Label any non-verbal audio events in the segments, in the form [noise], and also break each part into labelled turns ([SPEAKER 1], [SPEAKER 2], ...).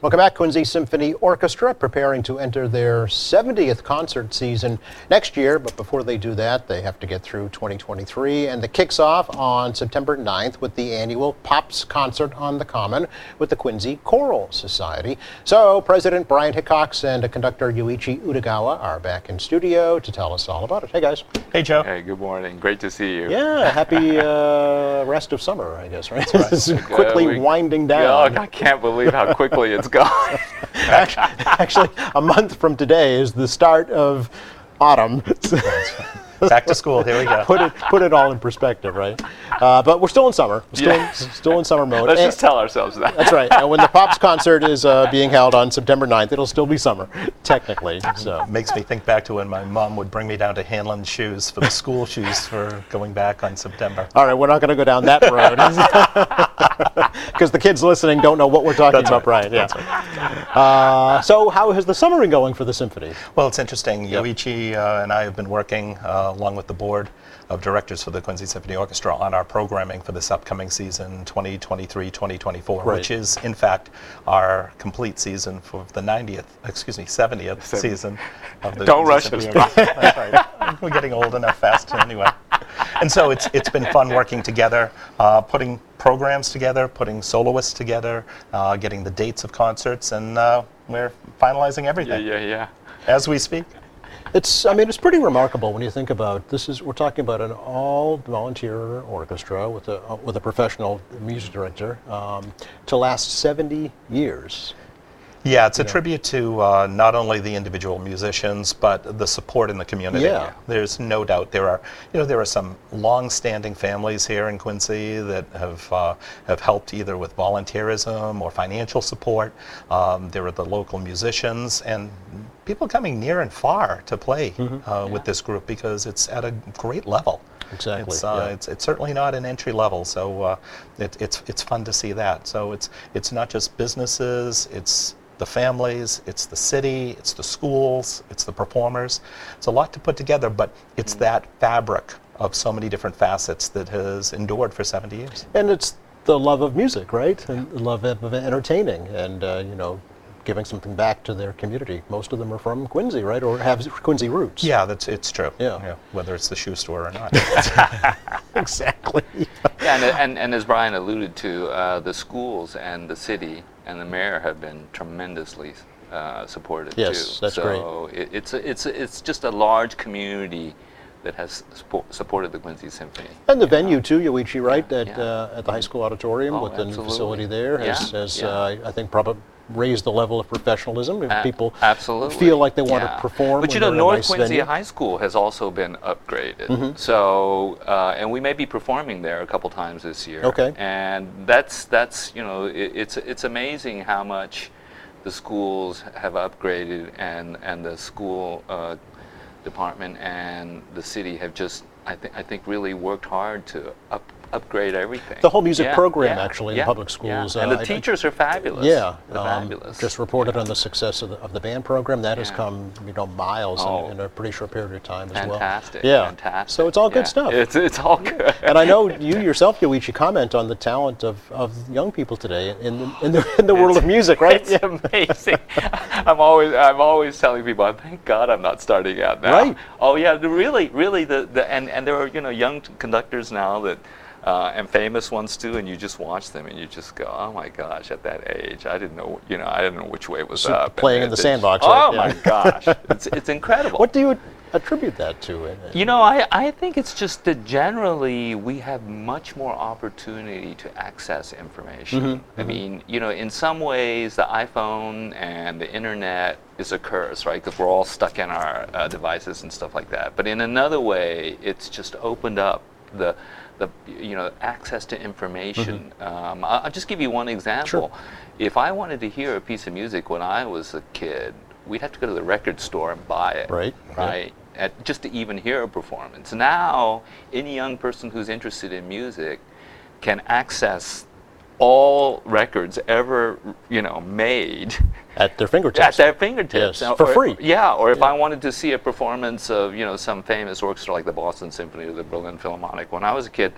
[SPEAKER 1] Welcome back, Quincy Symphony Orchestra, preparing to enter their 70th concert season next year. But before they do that, they have to get through 2023. And the kicks off on September 9th with the annual Pops Concert on the Common with the Quincy Choral Society. So, President Brian Hickox and conductor Yuichi Utagawa are back in studio to tell us all about it. Hey, guys.
[SPEAKER 2] Hey, Joe.
[SPEAKER 3] Hey, good morning. Great to see you.
[SPEAKER 1] Yeah, happy uh, rest of summer, I guess, right? this is [laughs] quickly
[SPEAKER 3] we-
[SPEAKER 1] winding down.
[SPEAKER 3] Yeah, I can't believe how quickly
[SPEAKER 1] [laughs]
[SPEAKER 3] it's gone. [laughs]
[SPEAKER 1] Act- Actually, a month from today is the start of autumn. [laughs]
[SPEAKER 2] Back to school. Here we go.
[SPEAKER 1] put it put it all in perspective, right? Uh, but we're still in summer. We're Still,
[SPEAKER 3] Yeah.
[SPEAKER 1] still in summer mode.
[SPEAKER 3] Let's
[SPEAKER 1] And-
[SPEAKER 3] just tell ourselves
[SPEAKER 1] [laughs]
[SPEAKER 3] that.
[SPEAKER 1] that's right. And when the Pops concert is uh, being held on September 9th, it'll still be summer, technically. So.
[SPEAKER 2] Makes me think back to when my mom would bring me down to Hanlon Shoes for the school shoes for going back on September.
[SPEAKER 1] All right, we're not going to go down that road [laughs] because the kids listening don't know what we're talking about, Brian. Yeah. Uh, so, how has the summer been going for the symphony?
[SPEAKER 2] Well, it's interesting. Yoichi uh, and I have been working, uh, along with the board of directors for the Quincy Symphony Orchestra, on our programming for this upcoming season, 2023 2024,
[SPEAKER 1] Right.
[SPEAKER 2] which is, in fact, our complete season for the 90th, excuse me, 70th season of the
[SPEAKER 3] Don't rush
[SPEAKER 2] Quincy
[SPEAKER 3] us,
[SPEAKER 2] Symphony Orchestra. That's right. We're getting old enough fast anyway. And so it's, it's been fun working together, uh, putting programs together, putting soloists together, uh, getting the dates of concerts, and uh, we're
[SPEAKER 3] [laughs]
[SPEAKER 2] finalizing
[SPEAKER 3] Yeah,
[SPEAKER 2] everything
[SPEAKER 3] yeah, yeah.
[SPEAKER 2] as we speak.
[SPEAKER 1] It's, I mean, it's pretty remarkable when you think about this. Is we're talking about an all-volunteer orchestra with a uh, with a professional music director um, to last 70 years.
[SPEAKER 2] Yeah, it's a tribute to uh, not only the individual musicians, but the support in the community.
[SPEAKER 1] Yeah.
[SPEAKER 2] There's no doubt there are, you know, there are some long-standing families here in Quincy that have uh, have helped either with volunteerism or financial support. Um, there are the local musicians and people coming near and far to play uh, with this group because it's at a great level.
[SPEAKER 1] Exactly,
[SPEAKER 2] It's, uh,
[SPEAKER 1] yeah.
[SPEAKER 2] it's, it's certainly not an entry level, so uh, it, it's, it's fun to see that. So it's, it's not just businesses, it's the families, it's the city, it's the schools, it's the performers. It's a lot to put together, but it's
[SPEAKER 1] Mm.
[SPEAKER 2] that fabric of so many different facets that has endured for 70 years.
[SPEAKER 1] And it's the love of music, right? And the love of of entertaining, and uh, you know, giving something back to their community. Most of them are from Quincy, right, or have Quincy roots.
[SPEAKER 2] Yeah, that's, it's true.
[SPEAKER 1] Yeah.
[SPEAKER 2] Whether it's the shoe store or not.
[SPEAKER 1] [laughs] exactly.
[SPEAKER 3] yeah and, and, and as Brian alluded to, uh, the schools and the city and the mayor have been tremendously uh, supportive
[SPEAKER 1] Yes,
[SPEAKER 3] too.
[SPEAKER 1] that's great.
[SPEAKER 3] so It, it's, a, it's, a, it's just a large community that has support, supported the Quincy Symphony.
[SPEAKER 1] And the venue too, Yoichi, right? At
[SPEAKER 3] yeah.
[SPEAKER 1] uh, at the high school auditorium
[SPEAKER 3] Oh,
[SPEAKER 1] with the new
[SPEAKER 3] absolutely.
[SPEAKER 1] facility there has,
[SPEAKER 3] Yeah,
[SPEAKER 1] has
[SPEAKER 3] yeah.
[SPEAKER 1] Uh, I think probably raised the level of professionalism. If
[SPEAKER 3] A-
[SPEAKER 1] people
[SPEAKER 3] absolutely
[SPEAKER 1] feel like they want
[SPEAKER 3] Yeah.
[SPEAKER 1] to perform,
[SPEAKER 3] But
[SPEAKER 1] when
[SPEAKER 3] you know,
[SPEAKER 1] they're in a
[SPEAKER 3] North
[SPEAKER 1] nice
[SPEAKER 3] Quincy
[SPEAKER 1] venue. Mm-hmm.
[SPEAKER 3] High School has also been upgraded. So, uh, and we may be performing there a couple times this year.
[SPEAKER 1] Okay.
[SPEAKER 3] And that's that's you know, it, it's it's amazing how much the schools have upgraded, and and the school uh, department and the city have just, I think, I think really worked hard to up, upgrade everything.
[SPEAKER 1] The whole music program,
[SPEAKER 3] yeah,
[SPEAKER 1] actually, in
[SPEAKER 3] yeah,
[SPEAKER 1] public
[SPEAKER 3] yeah.
[SPEAKER 1] schools,
[SPEAKER 3] and
[SPEAKER 1] uh,
[SPEAKER 3] the
[SPEAKER 1] I- I-
[SPEAKER 3] teachers are fabulous.
[SPEAKER 1] Yeah,
[SPEAKER 3] They're
[SPEAKER 1] um,
[SPEAKER 3] fabulous.
[SPEAKER 1] just reported on the success of the, of the band program. That has
[SPEAKER 3] Yeah.
[SPEAKER 1] come, you know, miles in-
[SPEAKER 3] Oh.
[SPEAKER 1] in, a pretty short period of time as well.
[SPEAKER 3] Fantastic.
[SPEAKER 1] Yeah.
[SPEAKER 3] Fantastic.
[SPEAKER 1] So it's all good
[SPEAKER 3] Yeah.
[SPEAKER 1] stuff.
[SPEAKER 3] It's,
[SPEAKER 1] [laughs]
[SPEAKER 3] it's all good.
[SPEAKER 1] and I know you yourself, Yoichi, comment on the talent of, of young people today in the, in the, in the world of music, [laughs] right?
[SPEAKER 3] [laughs] It's amazing. [laughs] I'm always I'm always telling people, "I thank God I'm not starting out now.
[SPEAKER 1] Right.
[SPEAKER 3] Oh yeah, the- really, really the, the and, and there are, you know, young t- conductors now that uh, and famous ones too, and you just watch them and you just go, Oh my gosh, at that age I didn't know you know, I didn't know which way was
[SPEAKER 1] So
[SPEAKER 3] up.
[SPEAKER 1] playing in
[SPEAKER 3] and
[SPEAKER 1] the
[SPEAKER 3] it's-
[SPEAKER 1] sandbox, right?
[SPEAKER 3] Oh
[SPEAKER 1] Yeah.
[SPEAKER 3] my gosh.
[SPEAKER 1] [laughs]
[SPEAKER 3] It's it's incredible.
[SPEAKER 1] What do you attribute that to? And- and-
[SPEAKER 3] You know, I, I think it's just that generally we have much more opportunity to access information. I mean, you know, in some ways the iPhone and the internet is a curse, right? Because we're all stuck in our uh, devices and stuff like that. But in another way, it's just opened up the the you know access to information. Um, I- I'll just give you one example. If I wanted to hear a piece of music when I was a kid, we'd have to go to the record store and buy it
[SPEAKER 1] Right, right.
[SPEAKER 3] right? At, just to even hear a performance. Now, any young person who's interested in music can access all records ever, you know, made
[SPEAKER 1] at their fingertips.
[SPEAKER 3] at their
[SPEAKER 1] Yes,
[SPEAKER 3] fingertips Now,
[SPEAKER 1] for
[SPEAKER 3] or-
[SPEAKER 1] free.
[SPEAKER 3] Yeah, or if I wanted to see a performance of you know some famous orchestra like the Boston Symphony or the Berlin Philharmonic, when I was a kid,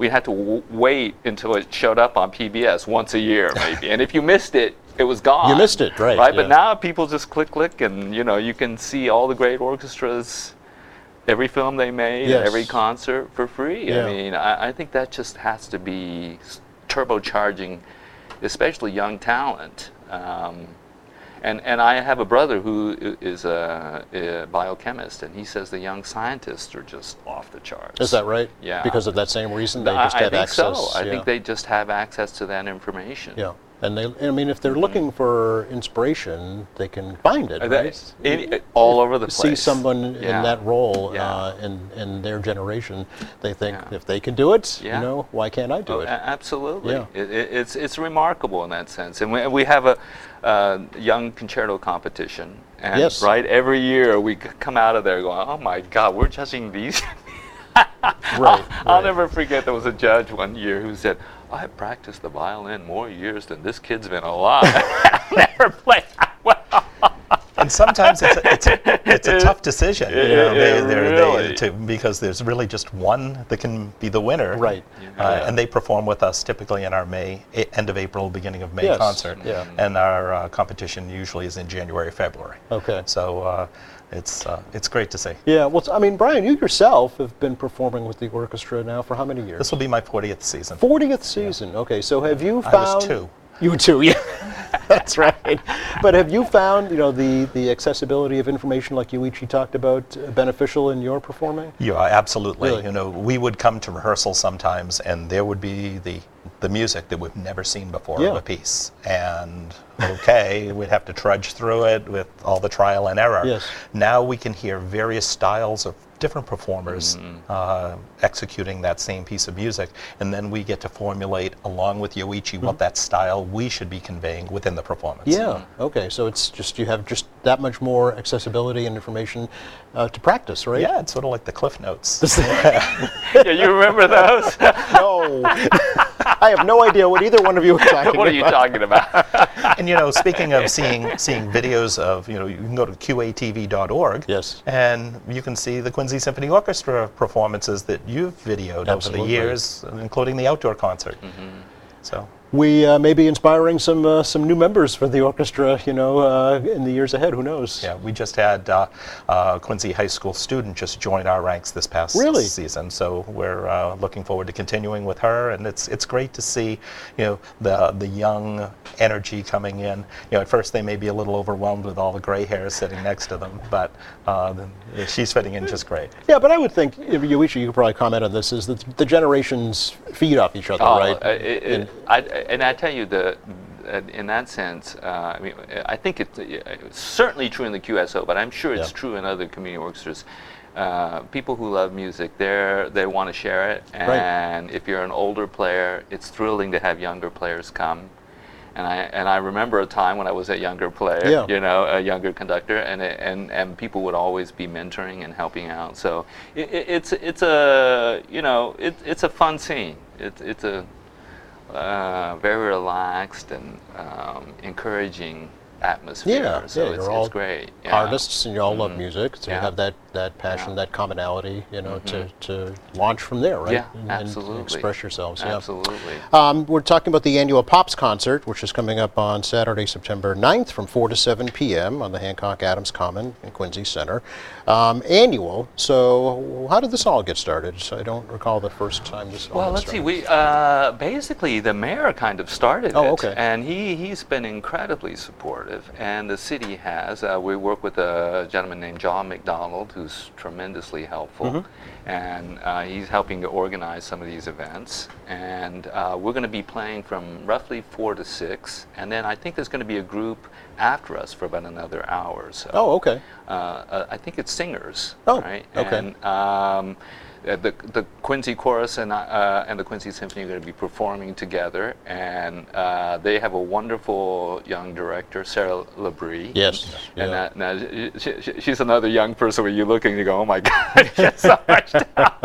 [SPEAKER 3] we had to w- wait until it showed up on PBS once a year maybe, and if you missed it, it was gone.
[SPEAKER 1] You missed it, right,
[SPEAKER 3] Right,
[SPEAKER 1] yeah.
[SPEAKER 3] but now people just click, click, and you know you can see all the great orchestras, every film they made,
[SPEAKER 1] Yes.
[SPEAKER 3] every concert for free.
[SPEAKER 1] Yeah.
[SPEAKER 3] I mean, I, I think that just has to be s- turbocharging, especially young talent. Um, and, and I have a brother who i- is a, a biochemist, and he says the young scientists are just off the charts.
[SPEAKER 1] Is that right?
[SPEAKER 3] Yeah.
[SPEAKER 1] Because of that same reason, they
[SPEAKER 3] I-
[SPEAKER 1] just
[SPEAKER 3] I,
[SPEAKER 1] had
[SPEAKER 3] think
[SPEAKER 1] access.
[SPEAKER 3] so. I
[SPEAKER 1] yeah.
[SPEAKER 3] think they just have access to that information.
[SPEAKER 1] Yeah, and they. I mean, if they're looking for inspiration, they can find it,
[SPEAKER 3] Uh, that-
[SPEAKER 1] right?
[SPEAKER 3] any- all over the
[SPEAKER 1] See
[SPEAKER 3] place.
[SPEAKER 1] someone in
[SPEAKER 3] Yeah.
[SPEAKER 1] that role
[SPEAKER 3] Yeah.
[SPEAKER 1] uh, in in their generation, they think
[SPEAKER 3] Yeah.
[SPEAKER 1] if they can do it,
[SPEAKER 3] Yeah.
[SPEAKER 1] you know, why can't I do
[SPEAKER 3] Oh,
[SPEAKER 1] it?
[SPEAKER 3] a- absolutely.
[SPEAKER 1] Yeah.
[SPEAKER 3] It, it, it's, it's remarkable in that sense. And we, we have a uh, young concerto competition. And
[SPEAKER 1] Yes.
[SPEAKER 3] Right? Every year we c- come out of there going, oh my God, we're judging these.
[SPEAKER 1] right.
[SPEAKER 3] [laughs] I'll
[SPEAKER 1] right.
[SPEAKER 3] never forget there was a judge one year who said, I have practiced the violin more years than this kid's been alive. [laughs] never played.
[SPEAKER 2] and sometimes it's a, it's a,
[SPEAKER 1] [laughs]
[SPEAKER 2] it's a tough decision
[SPEAKER 3] It-
[SPEAKER 2] you know,
[SPEAKER 3] it-
[SPEAKER 2] they-
[SPEAKER 3] it
[SPEAKER 2] they're- they-
[SPEAKER 3] really-
[SPEAKER 2] to- because there's really just one that can be the winner
[SPEAKER 1] Right.
[SPEAKER 2] Uh,
[SPEAKER 3] Yeah.
[SPEAKER 2] and they perform with us typically in our may e- end of april beginning of may
[SPEAKER 1] Yes,
[SPEAKER 2] concert
[SPEAKER 1] yeah.
[SPEAKER 2] and our uh, competition usually is in january february
[SPEAKER 1] Okay.
[SPEAKER 2] so uh, it's, uh, it's great to see
[SPEAKER 1] Yeah. Well, I mean, Brian, you yourself have been performing with the orchestra now for how many years?
[SPEAKER 2] this will be my 40th season
[SPEAKER 1] 40th season. Okay, so have you
[SPEAKER 2] I
[SPEAKER 1] found
[SPEAKER 2] was two.
[SPEAKER 1] You were two, [laughs] yeah. That's right. But have you found, you know, the, the accessibility of information like Yuichi talked about uh, beneficial in your performing?
[SPEAKER 2] Yeah, absolutely.
[SPEAKER 1] Really?
[SPEAKER 2] You know, we would come to rehearsal sometimes, and there would be the the music that we've never seen before of
[SPEAKER 1] Yeah.
[SPEAKER 2] a piece. And okay, we'd have to trudge through it with all the trial and error.
[SPEAKER 1] Yes.
[SPEAKER 2] Now we can hear various styles of different performers
[SPEAKER 1] Mm.
[SPEAKER 2] uh, executing that same piece of music, and then we get to formulate, along with Yoichi, what that style we should be conveying within the performance.
[SPEAKER 1] Mm-hmm. Yeah. Okay, so it's just you have just that much more accessibility and information uh, to practice, right?
[SPEAKER 2] Yeah, it's sort of like the Cliff Notes.
[SPEAKER 3] yeah, you remember [laughs] those?
[SPEAKER 1] [laughs] No. I have no idea what either one of you
[SPEAKER 2] [laughs]
[SPEAKER 1] are talking
[SPEAKER 3] what are
[SPEAKER 1] about.
[SPEAKER 3] you talking about?
[SPEAKER 2] and you know, speaking of seeing seeing videos of, you know, you can go to qatv.org.
[SPEAKER 1] Yes.
[SPEAKER 2] And you can see the Quincy Symphony Orchestra performances that you've videoed over
[SPEAKER 1] Absolutely. Mm-hmm.
[SPEAKER 2] the years, including the outdoor concert. So.
[SPEAKER 1] We uh, may be inspiring some uh, some new members for the orchestra, you know, uh, in the years ahead. Who knows?
[SPEAKER 2] Yeah, we just had uh, uh, Quincy High School student just join our ranks this past
[SPEAKER 1] Really?
[SPEAKER 2] season, so we're uh, looking forward to continuing with her. And it's it's great to see, you know, the the young energy coming in. You know, at first they may be a little overwhelmed with all the gray hairs sitting next to them, but uh, the- she's fitting in just great.
[SPEAKER 1] Yeah, but I would think, if Yuichi, you could probably comment on this, is that the generations feed off each other,
[SPEAKER 3] Oh,
[SPEAKER 1] right?
[SPEAKER 3] uh, it- it- I, and I tell you the. uh, In that sense, uh, I mean, I think it's, uh, it's certainly true in the QSO, but I'm sure it's
[SPEAKER 1] Yeah.
[SPEAKER 3] true in other community orchestras. Uh, people who love music, they're, they want to share it,
[SPEAKER 1] Right.
[SPEAKER 3] and if you're an older player, it's thrilling to have younger players come. And I and I remember a time when I was a younger player,
[SPEAKER 1] Yeah.
[SPEAKER 3] you know, a younger conductor, and it- and and people would always be mentoring and helping out. So it, it, it's it's a you know it, it's a fun scene. It, it's a uh, very relaxed and um, encouraging atmosphere.
[SPEAKER 1] Yeah,
[SPEAKER 3] so
[SPEAKER 1] yeah,
[SPEAKER 3] it's,
[SPEAKER 1] you're all
[SPEAKER 3] it's great. yeah. Mm-hmm.
[SPEAKER 1] Artists, and you all love music, so you
[SPEAKER 3] Yeah.
[SPEAKER 1] have that, that passion,
[SPEAKER 3] Yeah. Mm-hmm.
[SPEAKER 1] that commonality, you know, to, to launch from there, right?
[SPEAKER 3] Yeah,
[SPEAKER 1] And-
[SPEAKER 3] absolutely.
[SPEAKER 1] And express yourselves, yeah.
[SPEAKER 3] Absolutely.
[SPEAKER 1] Um, we're talking about the annual Pops concert, which is coming up on Saturday, September 9th from 4 to 7 p.m. on the Hancock Adams Common in Quincy Center. Um, annual, so how did this all get started? So I don't recall the first time this all
[SPEAKER 3] Well,
[SPEAKER 1] got
[SPEAKER 3] let's see.
[SPEAKER 1] started.
[SPEAKER 3] We uh, basically the mayor kind of started
[SPEAKER 1] Oh,
[SPEAKER 3] it,
[SPEAKER 1] okay.
[SPEAKER 3] and he he's been incredibly supportive, and the city has. Uh, we work with a gentleman named John McDonald, who's tremendously helpful,
[SPEAKER 1] Mm-hmm.
[SPEAKER 3] and uh, he's helping to organize some of these events. And uh, we're going to be playing from roughly four to six, and then I think there's going to be a group after us for about another hour or so
[SPEAKER 1] Oh, okay.
[SPEAKER 3] uh, uh, I think it's singers.
[SPEAKER 1] Oh,
[SPEAKER 3] right?
[SPEAKER 1] okay.
[SPEAKER 3] And, um, uh, the, the Quincy Chorus and, uh, and the Quincy Symphony are going to be performing together, and uh, they have a wonderful young director, Sarah Labrie.
[SPEAKER 1] Yes,
[SPEAKER 3] And
[SPEAKER 1] yeah.
[SPEAKER 3] uh, now she, she, she's another young person where you look and you go, oh my [laughs] God, she has so much talent."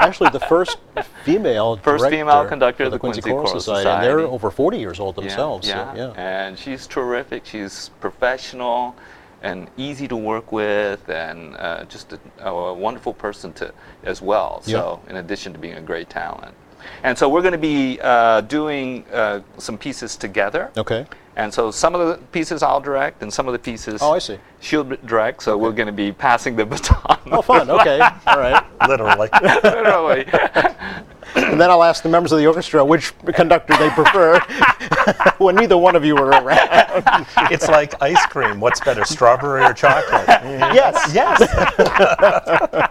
[SPEAKER 1] actually the first [laughs] female
[SPEAKER 3] First
[SPEAKER 1] director
[SPEAKER 3] female conductor
[SPEAKER 1] for
[SPEAKER 3] of the Quincy
[SPEAKER 1] Choral
[SPEAKER 3] Choral
[SPEAKER 1] and they're
[SPEAKER 3] Society.
[SPEAKER 1] over 40 years old themselves. so,
[SPEAKER 3] Yeah,
[SPEAKER 1] yeah.
[SPEAKER 3] And she's terrific. She's professional and easy to work with, and uh, just a, a wonderful person to as well. So, in addition to being a great talent. And so we're going to be uh, doing uh, some pieces together.
[SPEAKER 1] Okay.
[SPEAKER 3] And so some of the pieces I'll direct, and some of the pieces
[SPEAKER 1] Oh, I see.
[SPEAKER 3] she'll b- direct. So we're going to be passing the [laughs] baton.
[SPEAKER 1] Oh, fun. Okay. All right. [laughs]
[SPEAKER 2] literally.
[SPEAKER 3] literally.
[SPEAKER 1] And then I'll ask the members of the orchestra which conductor they prefer [laughs] when neither one of you are around.
[SPEAKER 2] it's like ice cream. What's better, strawberry or chocolate?
[SPEAKER 1] Yes.
[SPEAKER 2] Yes.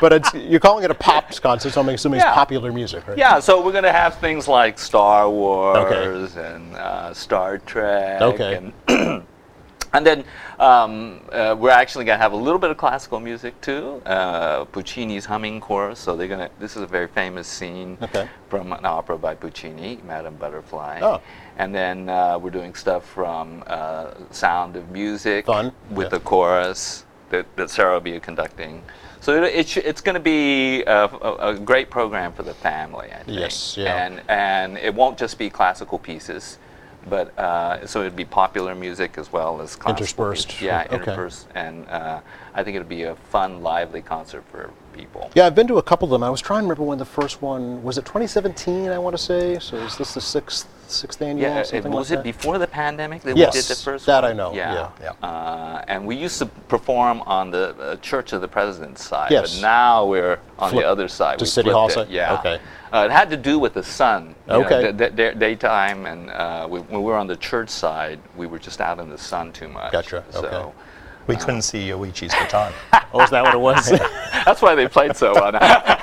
[SPEAKER 1] But it's, you're calling it a pops concert, so I'm assuming
[SPEAKER 3] Yeah.
[SPEAKER 1] it's popular music, right?
[SPEAKER 3] Yeah, so we're going to have things like Star Wars and uh, Star Trek.
[SPEAKER 1] Okay.
[SPEAKER 3] And, [clears throat] and then um, uh, we're actually going to have a little bit of classical music too. Uh, Puccini's Humming Chorus. So they're going to, this is a very famous scene
[SPEAKER 1] Okay.
[SPEAKER 3] from an opera by Puccini, Madame Butterfly.
[SPEAKER 1] Oh.
[SPEAKER 3] And then uh, we're doing stuff from uh, Sound of Music
[SPEAKER 1] Fun.
[SPEAKER 3] with
[SPEAKER 1] Yeah.
[SPEAKER 3] the chorus that, that Sarah will be conducting. So it, it sh- it's going to be a, a, a great program for the family, I think.
[SPEAKER 1] Yes, yeah.
[SPEAKER 3] And, and it won't just be classical pieces, but uh, so it'd be popular music as well as classical.
[SPEAKER 1] Interspersed.
[SPEAKER 3] pieces. Yeah,
[SPEAKER 1] Okay.
[SPEAKER 3] interspersed. And uh, I think it'll be a fun, lively concert for people.
[SPEAKER 1] Yeah, I've been to a couple of them. I was trying to remember when the first one was. It 2017, I want to say. So is this the sixth sixth annual?
[SPEAKER 3] Yeah, uh, it,
[SPEAKER 1] something
[SPEAKER 3] was
[SPEAKER 1] like
[SPEAKER 3] it
[SPEAKER 1] that?
[SPEAKER 3] before the pandemic that
[SPEAKER 1] Yes,
[SPEAKER 3] we did the first
[SPEAKER 1] that
[SPEAKER 3] one?
[SPEAKER 1] I know,
[SPEAKER 2] yeah. Yeah.
[SPEAKER 3] Uh, and we used to perform on the uh, Church of the President's side,
[SPEAKER 1] Yes.
[SPEAKER 3] but now we're on
[SPEAKER 1] Flip-
[SPEAKER 3] the other side.
[SPEAKER 1] to
[SPEAKER 3] We
[SPEAKER 1] City
[SPEAKER 3] flipped
[SPEAKER 1] Hall
[SPEAKER 3] it,
[SPEAKER 1] side?
[SPEAKER 3] Yeah.
[SPEAKER 1] Okay.
[SPEAKER 3] Uh, it had to do with the sun. you know,
[SPEAKER 1] Okay.
[SPEAKER 3] da- da- da- daytime, and uh, we, when we were on the church side, we were just out in the sun too much.
[SPEAKER 1] Gotcha, okay.
[SPEAKER 3] So
[SPEAKER 2] We couldn't see Yoichi's baton.
[SPEAKER 1] Oh, is that what it was?
[SPEAKER 3] that's why they played
[SPEAKER 1] [laughs]
[SPEAKER 3] so well. [laughs]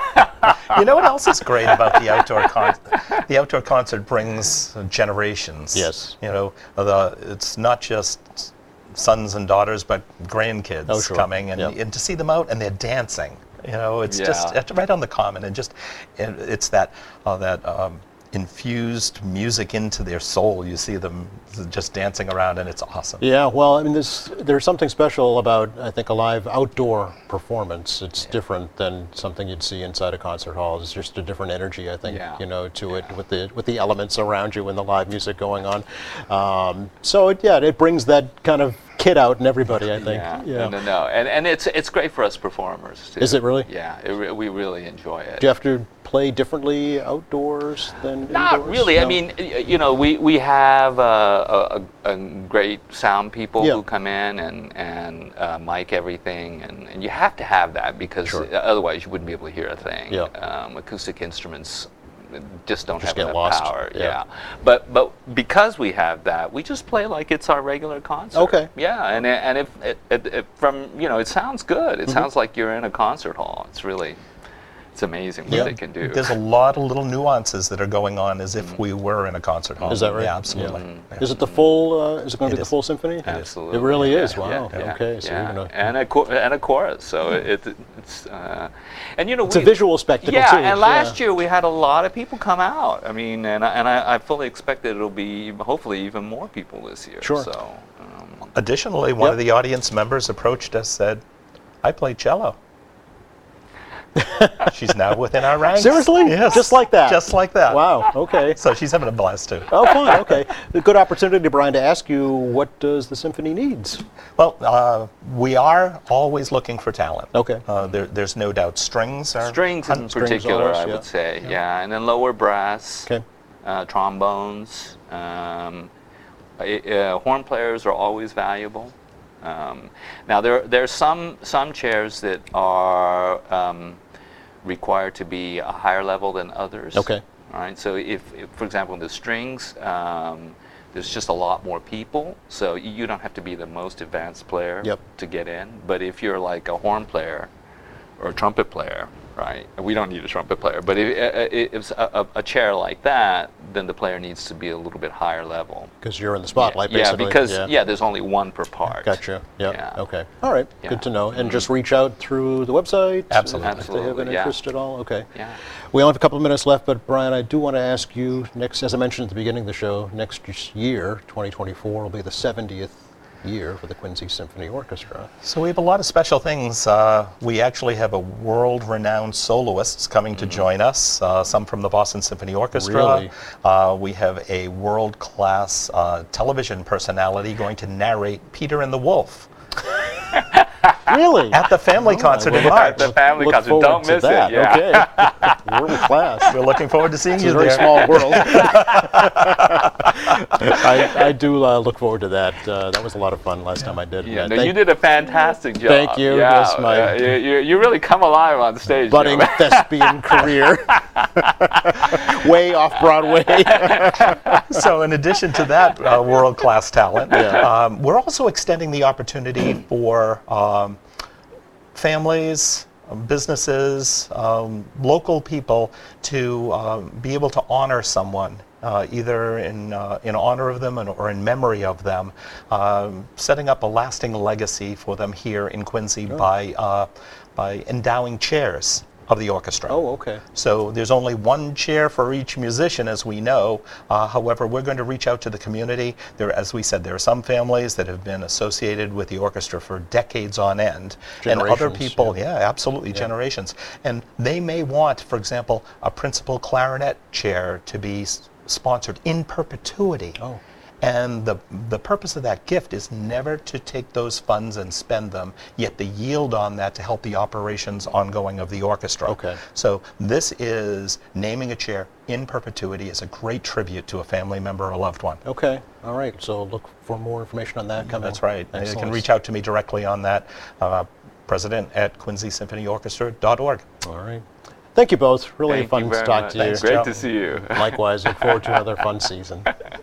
[SPEAKER 2] you know what else is great about the outdoor concert? The outdoor concert brings generations.
[SPEAKER 1] Yes.
[SPEAKER 2] You know, the, it's not just sons and daughters, but grandkids
[SPEAKER 1] Oh, sure.
[SPEAKER 2] coming and,
[SPEAKER 1] Yep.
[SPEAKER 2] and to see them out and they're dancing. You know, it's just
[SPEAKER 3] Yeah.
[SPEAKER 2] it's right on the common and just it, it's that uh, that um, infused music into their soul. You see them just dancing around and it's awesome.
[SPEAKER 1] yeah. Well, I mean, this, there's something special about I think a live outdoor performance. It's different than something you'd see inside a concert hall. It's just a different energy, I think,
[SPEAKER 3] Yeah.
[SPEAKER 1] you know, to it with the with the elements around you and the live music going on. Um, so it, yeah, it brings that kind of kid out in everybody. I think.
[SPEAKER 3] yeah. No, no, no. And, and it's it's great for us performers too.
[SPEAKER 1] Is it really?
[SPEAKER 3] Yeah. It re- we really enjoy it.
[SPEAKER 1] Do you have to play differently outdoors than
[SPEAKER 3] Not
[SPEAKER 1] indoors?
[SPEAKER 3] really. I
[SPEAKER 1] No?
[SPEAKER 3] mean, y- you know, we, we have uh, a, a, a great sound people
[SPEAKER 1] Yeah.
[SPEAKER 3] who come in and, and uh, mic everything, and, and you have to have that because
[SPEAKER 1] Sure.
[SPEAKER 3] otherwise you wouldn't be able to hear a thing.
[SPEAKER 1] Yeah.
[SPEAKER 3] Um, acoustic instruments just don't
[SPEAKER 1] Just
[SPEAKER 3] have
[SPEAKER 1] get
[SPEAKER 3] enough
[SPEAKER 1] lost.
[SPEAKER 3] power.
[SPEAKER 1] Yeah.
[SPEAKER 3] But but because we have that, we just play like it's our regular concert.
[SPEAKER 1] Okay.
[SPEAKER 3] Yeah, and it- and if it, it, it from you know, it sounds good. It
[SPEAKER 1] Mm-hmm.
[SPEAKER 3] sounds like you're in a concert hall. It's really it's amazing what
[SPEAKER 1] Yeah.
[SPEAKER 3] they can do. Mm.
[SPEAKER 2] There's a lot of little nuances that are going on as if we were in a concert hall.
[SPEAKER 1] Is that right?
[SPEAKER 2] Yeah, absolutely. Yeah.
[SPEAKER 1] Is it the full? Uh, is it going to
[SPEAKER 2] It
[SPEAKER 1] be the
[SPEAKER 2] is.
[SPEAKER 1] full symphony?
[SPEAKER 3] Absolutely.
[SPEAKER 1] It really
[SPEAKER 3] yeah,
[SPEAKER 1] is. Wow.
[SPEAKER 3] yeah, yeah,
[SPEAKER 1] okay. So
[SPEAKER 3] yeah.
[SPEAKER 1] even a,
[SPEAKER 3] and a cho- and a chorus. So it, it's uh, and you know
[SPEAKER 1] it's a
[SPEAKER 3] we-
[SPEAKER 1] visual spectacle
[SPEAKER 3] Yeah,
[SPEAKER 1] too.
[SPEAKER 3] and last year we had a lot of people come out. I mean, and I, and I, I fully expect that it'll be hopefully even more people this year.
[SPEAKER 1] Sure.
[SPEAKER 3] So um,
[SPEAKER 2] Additionally, one of
[SPEAKER 1] Yep.
[SPEAKER 2] the audience members approached us said, "I play
[SPEAKER 1] [laughs]
[SPEAKER 2] cello." she's now within our ranks.
[SPEAKER 1] Seriously?
[SPEAKER 2] Yes.
[SPEAKER 1] Just like that?
[SPEAKER 2] Just like that.
[SPEAKER 1] Wow.
[SPEAKER 3] [laughs]
[SPEAKER 1] Okay.
[SPEAKER 2] So she's having a blast too.
[SPEAKER 1] oh, fine. Okay. A good opportunity, Brian, to ask you what does the symphony needs?
[SPEAKER 2] Well, uh, we are always looking for talent.
[SPEAKER 1] Okay.
[SPEAKER 2] Uh, there, there's no doubt strings are
[SPEAKER 3] strings in
[SPEAKER 1] strings
[SPEAKER 3] particular,
[SPEAKER 1] always,
[SPEAKER 3] I
[SPEAKER 1] yeah.
[SPEAKER 3] would say. Yeah. and then lower brass.
[SPEAKER 1] Okay.
[SPEAKER 3] Uh, trombones. Um, i- uh, horn players are always valuable. Um, now there there's some some chairs that are um, required to be a higher level than others.
[SPEAKER 1] Okay.
[SPEAKER 3] All right. So if, if for example, in the strings, um, there's just a lot more people, so y- you don't have to be the most advanced player
[SPEAKER 1] Yep.
[SPEAKER 3] to get in. But if you're like a horn player or a trumpet player, right? and We don't need a trumpet player, but if, uh, uh, if it's a, a, a chair like that, then the player needs to be a little bit higher level.
[SPEAKER 1] Because you're in the spotlight,
[SPEAKER 3] yeah,
[SPEAKER 1] basically.
[SPEAKER 3] because yeah. there's only one per part.
[SPEAKER 1] Gotcha. Yep.
[SPEAKER 3] Yeah.
[SPEAKER 1] Okay. All right.
[SPEAKER 3] Yeah. Mm-hmm.
[SPEAKER 1] Good to know. And just reach out through the website. uh,
[SPEAKER 2] Absolutely.
[SPEAKER 1] If they have an
[SPEAKER 3] Absolutely, yeah.
[SPEAKER 1] interest at all. Okay.
[SPEAKER 3] Yeah.
[SPEAKER 1] We only have a couple of minutes left, but Brian, I do want to ask you next, as I mentioned at the beginning of the show, next year, 2024, will be the 70th year for the Quincy Symphony Orchestra.
[SPEAKER 2] So we have a lot of special things. Uh, we actually have a world-renowned soloists coming to join us. Uh, some from the Boston Symphony Orchestra.
[SPEAKER 1] Mm-hmm. Really?
[SPEAKER 2] Uh, we have a world-class uh, television personality going to narrate Peter and the Wolf.
[SPEAKER 1] really?
[SPEAKER 2] At the family
[SPEAKER 1] Oh,
[SPEAKER 2] concert
[SPEAKER 1] well,
[SPEAKER 2] in
[SPEAKER 1] look-
[SPEAKER 3] [laughs]
[SPEAKER 2] March.
[SPEAKER 3] The [laughs] family
[SPEAKER 1] Look
[SPEAKER 3] concert.
[SPEAKER 1] forward
[SPEAKER 3] Don't
[SPEAKER 1] to
[SPEAKER 3] miss
[SPEAKER 1] that.
[SPEAKER 3] it. Yeah.
[SPEAKER 1] Okay. [laughs] World class.
[SPEAKER 2] We're looking forward to seeing
[SPEAKER 1] It's
[SPEAKER 2] you
[SPEAKER 1] a very
[SPEAKER 2] there.
[SPEAKER 3] [laughs]
[SPEAKER 1] small world. [laughs] I, I do uh, look forward to that. Uh, that was a lot of fun last time I did. it.
[SPEAKER 3] Yeah,
[SPEAKER 1] I
[SPEAKER 3] no,
[SPEAKER 1] thank-
[SPEAKER 3] you did a fantastic job.
[SPEAKER 1] Thank you.
[SPEAKER 3] Yeah,
[SPEAKER 1] That's my-
[SPEAKER 3] yeah, you, you, you really come alive on stage.
[SPEAKER 1] budding
[SPEAKER 3] [laughs] Joe.
[SPEAKER 1] thespian
[SPEAKER 3] [laughs]
[SPEAKER 1] career. Way off Broadway.
[SPEAKER 2] [laughs] so in addition to that uh, world-class talent,
[SPEAKER 1] Yeah.
[SPEAKER 2] um, we're also extending the opportunity for um, families, um, businesses, um, local people to um, be able to honor someone. Uh, either in uh, in honor of them and, or in memory of them, um, setting up a lasting legacy for them here in Quincy by uh, by endowing chairs of the orchestra.
[SPEAKER 1] Oh, okay.
[SPEAKER 2] So there's only one chair for each musician, as we know. Uh, however, we're going to reach out to the community. There, as we said, there are some families that have been associated with the orchestra for decades on end, and other
[SPEAKER 1] Generations,
[SPEAKER 2] people, yeah, absolutely, generations. And they may want, for example, a principal clarinet chair to be s- sponsored in perpetuity.
[SPEAKER 1] Oh.
[SPEAKER 2] And the, the purpose of that gift is never to take those funds and spend them, yet the yield on that to help the operations ongoing of the orchestra.
[SPEAKER 1] Okay.
[SPEAKER 2] So this is naming a chair in perpetuity is a great tribute to a family member or loved one.
[SPEAKER 1] Okay. All right. So look for more information on that coming.
[SPEAKER 2] That's right. And You can
[SPEAKER 1] Excellent.
[SPEAKER 2] reach out to me directly on that, uh, president at quinceysymphonyorchestra.org.
[SPEAKER 1] All right. Thank you both. Really
[SPEAKER 3] Thank
[SPEAKER 1] fun
[SPEAKER 3] you
[SPEAKER 1] to
[SPEAKER 3] very
[SPEAKER 1] talk
[SPEAKER 3] much.
[SPEAKER 1] to you.
[SPEAKER 2] Thanks,
[SPEAKER 3] Great
[SPEAKER 2] Joe.
[SPEAKER 3] to see you. [laughs]
[SPEAKER 1] Likewise, look forward to another fun season.